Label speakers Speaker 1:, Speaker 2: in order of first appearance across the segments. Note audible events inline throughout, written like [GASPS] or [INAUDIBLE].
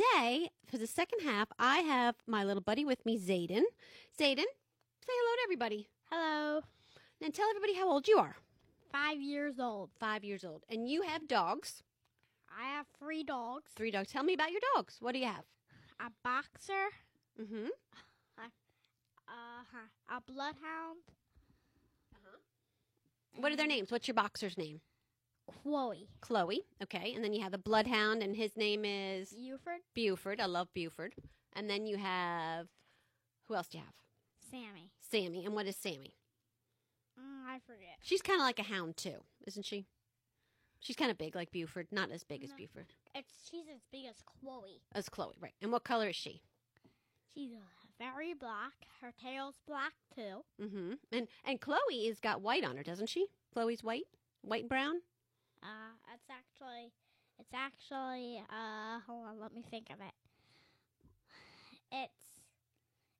Speaker 1: today, for the second half, I have my little buddy with me, Zayden. Zayden, say hello to everybody.
Speaker 2: Hello.
Speaker 1: And tell everybody how old you are.
Speaker 2: Five years old.
Speaker 1: Five years old. And you have dogs.
Speaker 2: I have three dogs.
Speaker 1: Three dogs. Tell me about your dogs. What do you have?
Speaker 2: A boxer.
Speaker 1: Mm-hmm.
Speaker 2: Uh huh. A bloodhound.
Speaker 1: What are their names? What's your boxer's name?
Speaker 2: Chloe.
Speaker 1: Chloe. Okay. And then you have the bloodhound, and his name is
Speaker 2: Buford.
Speaker 1: Buford. I love Buford. And then you have who else do you have?
Speaker 2: Sammy.
Speaker 1: Sammy. And what is Sammy?
Speaker 2: Mm, I forget.
Speaker 1: She's kind of like a hound too, isn't she? She's kind of big, like Buford. Not as big as
Speaker 2: No.
Speaker 1: Buford.
Speaker 2: It's she's as big as Chloe.
Speaker 1: As Chloe, right? And what color is she?
Speaker 2: She's very black. Her tail's black too.
Speaker 1: Mm-hmm. And and Chloe has got white on her, doesn't she? Chloe's white, white and brown.
Speaker 2: Uh, it's actually, it's actually. Uh, hold on. Let me think of it. It's,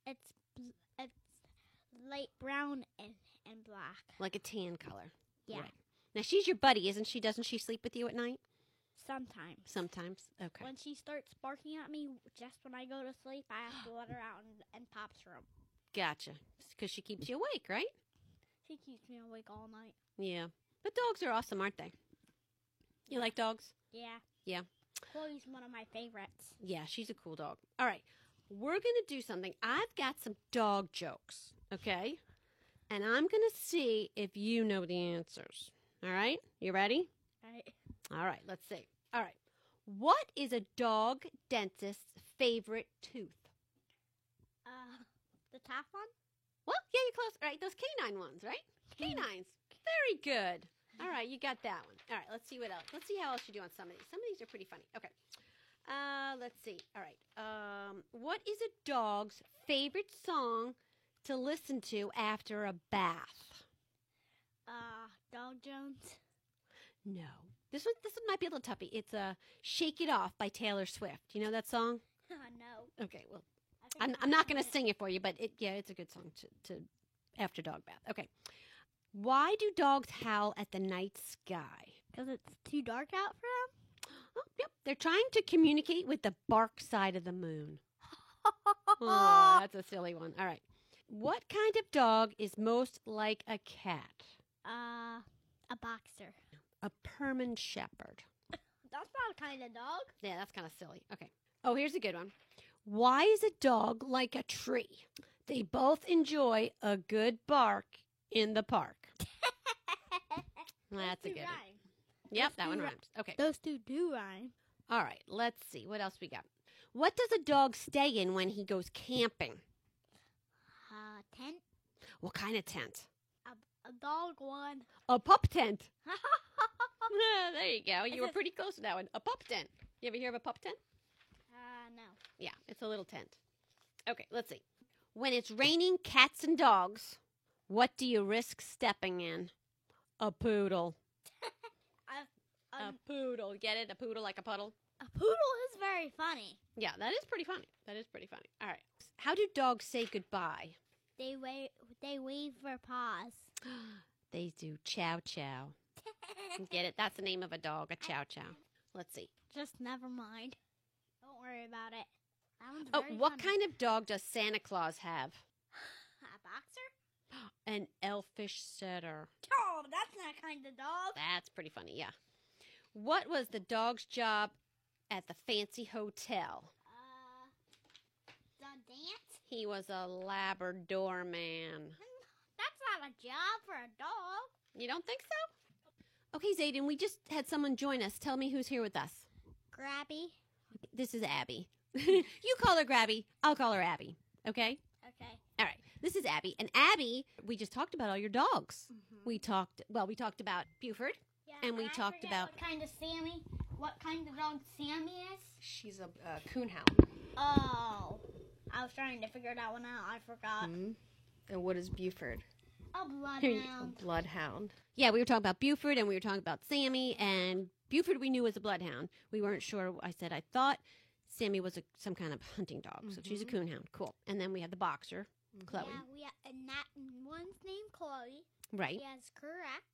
Speaker 2: it's, bl- it's light brown and and black.
Speaker 1: like a tan color.
Speaker 2: Yeah.
Speaker 1: Right. Now she's your buddy, isn't she? Doesn't she sleep with you at night
Speaker 2: Sometimes.
Speaker 1: sometimes? Okay.
Speaker 2: When she starts barking at me just when I go to sleep, I
Speaker 1: [GASPS]
Speaker 2: have to let her out in, in Pop's room.
Speaker 1: Gotcha. Because she keeps you awake, right?
Speaker 2: She keeps me awake all night.
Speaker 1: Yeah. But dogs are awesome, aren't they? You like dogs?
Speaker 2: Yeah.
Speaker 1: Yeah.
Speaker 2: Chloe's one of my favorites.
Speaker 1: Yeah, she's a cool dog. All right. We're going to do something. I've got some dog jokes, okay? And I'm going to see if you know the answers. All right? You ready?
Speaker 2: I,
Speaker 1: All right, let's see. All right. What is a dog dentist's favorite tooth?
Speaker 2: [LAUGHS] uh, the top one?
Speaker 1: Well, yeah, you're close. All right, those canine ones, right? Canines. Very good. All right, you got that one. All right, let's see what else. Let's see how else you do on some of these. Some of these are pretty funny. Okay. Uh, let's see. All right. Um, what is a dog's favorite song to listen to after a bath?
Speaker 2: Uh, Dog Jones. [LAUGHS]
Speaker 1: No. This one this one might be a little toughy. It's uh, Shake It Off by Taylor Swift. You know that song?
Speaker 2: no. I
Speaker 1: Okay, well,
Speaker 2: think
Speaker 1: I'm,
Speaker 2: I
Speaker 1: I'm not going
Speaker 2: know
Speaker 1: to
Speaker 2: it.
Speaker 1: sing it for you, but it, yeah, it's a good song to, to after dog bath. Okay. Why do dogs howl at the night sky?
Speaker 2: Because it's too dark out for them?
Speaker 1: Oh, yep. They're trying to communicate with the bark side of the moon. Oh,
Speaker 2: uh,
Speaker 1: that's a silly one. All right. What kind of dog is most like a cat?
Speaker 2: Uh, a boxer.
Speaker 1: A Perman Shepherd.
Speaker 2: That's not a kind of dog. [LAUGHS]
Speaker 1: Yeah, that's kind of silly. Okay. Oh, here's a good one. Why is a dog like a tree? They both enjoy a good bark in the park. That's a
Speaker 2: Those
Speaker 1: good
Speaker 2: two
Speaker 1: one.
Speaker 2: rhyme.
Speaker 1: Yep,
Speaker 2: Let's
Speaker 1: that
Speaker 2: do
Speaker 1: one
Speaker 2: ra-
Speaker 1: rhymes. Okay.
Speaker 2: Those two do rhyme.
Speaker 1: All right, let's see. What else we got? What does a dog stay in when he goes camping?
Speaker 2: Uh, tent.
Speaker 1: What kind of tent?
Speaker 2: A dog one.
Speaker 1: A pup tent. [LAUGHS] Ah, there you go. You were pretty close to that one. A pup tent. You ever hear of a pup tent?
Speaker 2: Uh, no.
Speaker 1: Yeah, it's a little tent. Okay, let's see. When it's raining cats and dogs, what do you risk stepping in? A poodle.
Speaker 2: Um,
Speaker 1: a poodle. Get it? A poodle like a puddle?
Speaker 2: a poodle is very funny.
Speaker 1: Yeah, that is pretty funny. That is pretty funny. All right. How do dogs say goodbye?
Speaker 2: They wave. They wave
Speaker 1: [LAUGHS]
Speaker 2: their paws.
Speaker 1: They do chow chow.
Speaker 2: [LAUGHS]
Speaker 1: Get it? That's the name of a dog, a chow chow. Let's see.
Speaker 2: Just never mind. Don't worry about it. That one's
Speaker 1: Oh,
Speaker 2: very
Speaker 1: what
Speaker 2: funny.
Speaker 1: kind of dog does Santa Claus have?
Speaker 2: [GASPS] A boxer?
Speaker 1: An elfish setter.
Speaker 2: Oh, that's not a kind of dog.
Speaker 1: That's pretty funny, yeah. What was the dog's job at the fancy hotel?
Speaker 2: Uh, the dance?
Speaker 1: He was a Labrador man.
Speaker 2: That's not a job for a dog.
Speaker 1: You don't think so? Okay, Zayden, we just had someone join us. Tell me who's here with us.
Speaker 2: Grabby.
Speaker 1: This is Abby. [LAUGHS] you call her Grabby. I'll call her Abby. Okay?
Speaker 2: Okay.
Speaker 1: All right. This is Abby. And Abby, we just talked about all your dogs. We talked, well, we talked about Buford.
Speaker 2: Yeah,
Speaker 1: And we
Speaker 2: I
Speaker 1: talked
Speaker 2: forget
Speaker 1: about-
Speaker 2: what kind of Sammy. What kind of dog Sammy is?
Speaker 1: She's a uh, coonhound.
Speaker 2: Oh, I was trying to figure that one out. I forgot.
Speaker 1: Hmm.
Speaker 3: Mm-hmm. And what is Buford?
Speaker 1: [LAUGHS]
Speaker 2: A
Speaker 1: you go.
Speaker 2: bloodhound.
Speaker 3: Bloodhound.
Speaker 1: Yeah, we were talking about Buford and we were talking about Sammy. And Buford we knew was a bloodhound. We weren't sure. I said, I thought Sammy was a, some kind of hunting dog. So she's a coonhound. Cool. And then we had the boxer, Chloe.
Speaker 2: Yeah, we ha- and that one's named Chloe.
Speaker 1: Right.
Speaker 2: Yes, correct.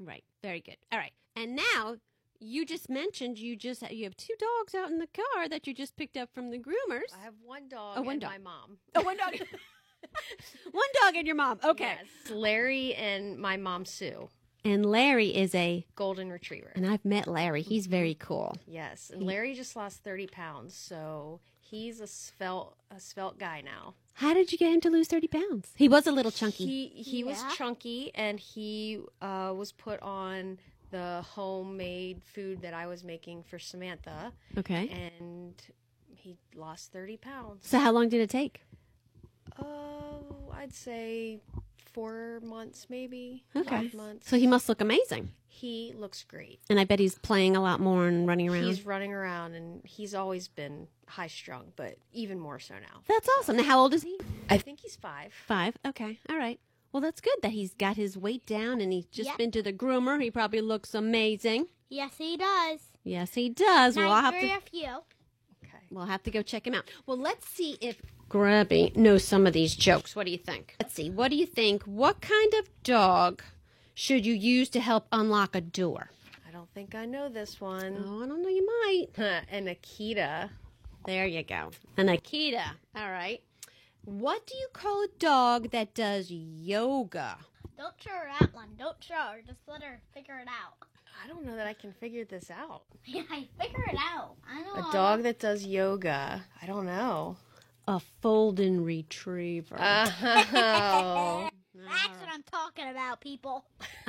Speaker 1: Right. Very good. All right. And now You just mentioned you just you have two dogs out in the car that you just picked up from the groomers.
Speaker 3: I have one dog
Speaker 1: Oh, one
Speaker 3: and
Speaker 1: dog.
Speaker 3: my mom.
Speaker 1: Oh, one dog. [LAUGHS] one dog and your mom. Okay.
Speaker 3: Yes, Larry and my mom Sue,
Speaker 1: And Larry is a
Speaker 3: golden retriever.
Speaker 1: and I've met Larry. He's
Speaker 3: Mm-hmm.
Speaker 1: very cool.
Speaker 3: Yes, and Larry just lost thirty pounds, so he's a svelte a svelte guy now.
Speaker 1: How did you get him to lose 30 pounds? He was a little chunky.
Speaker 3: He he was
Speaker 2: Yeah.
Speaker 3: chunky, and he uh, was put on the homemade food that I was making for Samantha,
Speaker 1: okay.
Speaker 3: and he lost thirty pounds.
Speaker 1: So how long did it take?
Speaker 3: Oh, I'd say four months, maybe
Speaker 1: Okay.
Speaker 3: five months.
Speaker 1: So he must look amazing.
Speaker 3: he looks great.
Speaker 1: And I bet he's playing a lot more and running around.
Speaker 3: He's running around, and he's always been high strung, but even more so now.
Speaker 1: That's awesome. Now, how old is he?
Speaker 3: I think he's five.
Speaker 1: Five. Okay. All right. Well, that's good that he's got his weight down and he's just
Speaker 2: Yep.
Speaker 1: been to the groomer. He probably looks amazing.
Speaker 2: Yes, he does.
Speaker 1: Yes, he does. Well, I'll
Speaker 2: Nice
Speaker 1: have
Speaker 2: three
Speaker 1: to.
Speaker 2: of you.
Speaker 3: Okay.
Speaker 1: We'll have to go check him out. Well, let's see if Grubby knows some of these jokes. What do you think? Let's see. What do you think? What kind of dog should you use to help unlock a door?
Speaker 3: I don't think I know this one.
Speaker 1: Oh, I don't know. You might.
Speaker 3: [LAUGHS] and Akita.
Speaker 1: There you go. An Akita. All right. What do you call a dog that does yoga?
Speaker 2: Don't show her that one. Don't show her. Just let her figure it out. [LAUGHS]
Speaker 3: I don't know that I can figure this out.
Speaker 2: Yeah, figure it out. I know.
Speaker 3: A dog that does yoga. I don't know.
Speaker 1: A folding retriever.
Speaker 3: Uh. [LAUGHS] Oh.
Speaker 2: [LAUGHS] That's what I'm talking about, people.
Speaker 1: [LAUGHS]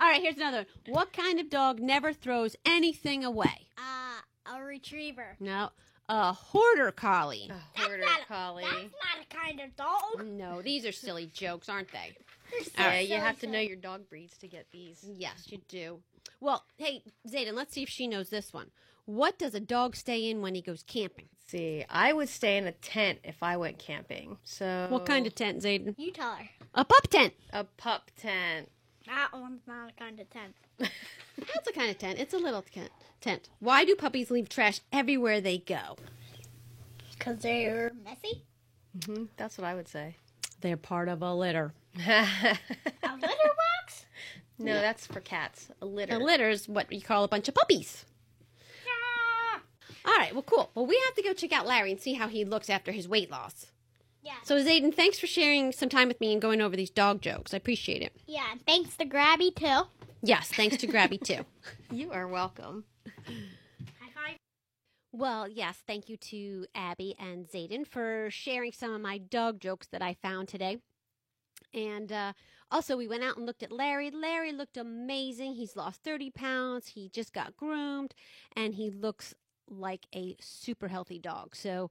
Speaker 1: All right, here's another one. What kind of dog never throws anything away?
Speaker 2: Uh, a retriever.
Speaker 1: No, a hoarder collie.
Speaker 3: A hoarder
Speaker 2: not a-
Speaker 3: collie.
Speaker 2: That's not a kind of dog.
Speaker 1: No, these are silly jokes, aren't they?
Speaker 2: They're so
Speaker 3: Yeah, Mm. you
Speaker 2: silly,
Speaker 3: have to know
Speaker 2: silly.
Speaker 3: your dog breeds to get these.
Speaker 1: Yes, you do. Well, hey, Zayden, let's see if she knows this one. What does a dog stay in when he goes camping?
Speaker 3: See, I would stay in a tent if I went camping. So
Speaker 1: What kind of tent, Zayden?
Speaker 2: You tell her.
Speaker 1: A pup tent.
Speaker 3: a pup tent? [LAUGHS]
Speaker 2: That one's not a kind of tent.
Speaker 1: That's a kind of tent. It's a little tent. Tent. Why do puppies leave trash everywhere they go?
Speaker 2: Because they're messy.
Speaker 3: hmm That's what I would say. [LAUGHS]
Speaker 1: They're part of a litter.
Speaker 3: no,
Speaker 2: A
Speaker 3: [LAUGHS]
Speaker 2: litter box?
Speaker 3: that's for cats. A litter.
Speaker 1: A litter is what you call a bunch of puppies.
Speaker 2: Yeah.
Speaker 1: All right, well, cool. Well, we have to go check out Larry and see how he looks after his weight loss.
Speaker 2: Yeah.
Speaker 1: So, Zayden, thanks for sharing some time with me and going over these dog jokes. I appreciate it.
Speaker 2: Yeah, and thanks to Grabby, too. High
Speaker 1: Yes, thanks to Grabby, too.
Speaker 3: you are welcome.
Speaker 2: five.
Speaker 1: Well, yes, thank you to Abby and Zayden for sharing some of my dog jokes that I found today. And uh, also, we went out and looked at Larry. Larry looked amazing. He's lost 30 pounds. He just got groomed and he looks like a super healthy dog. So,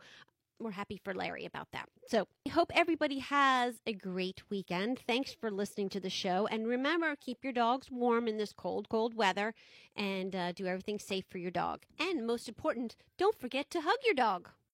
Speaker 1: we're happy for Larry about that. So, I hope everybody has a great weekend. Thanks for listening to the show. And remember, keep your dogs warm in this cold, cold weather and uh, do everything safe for your dog. And most important, don't forget to hug your dog.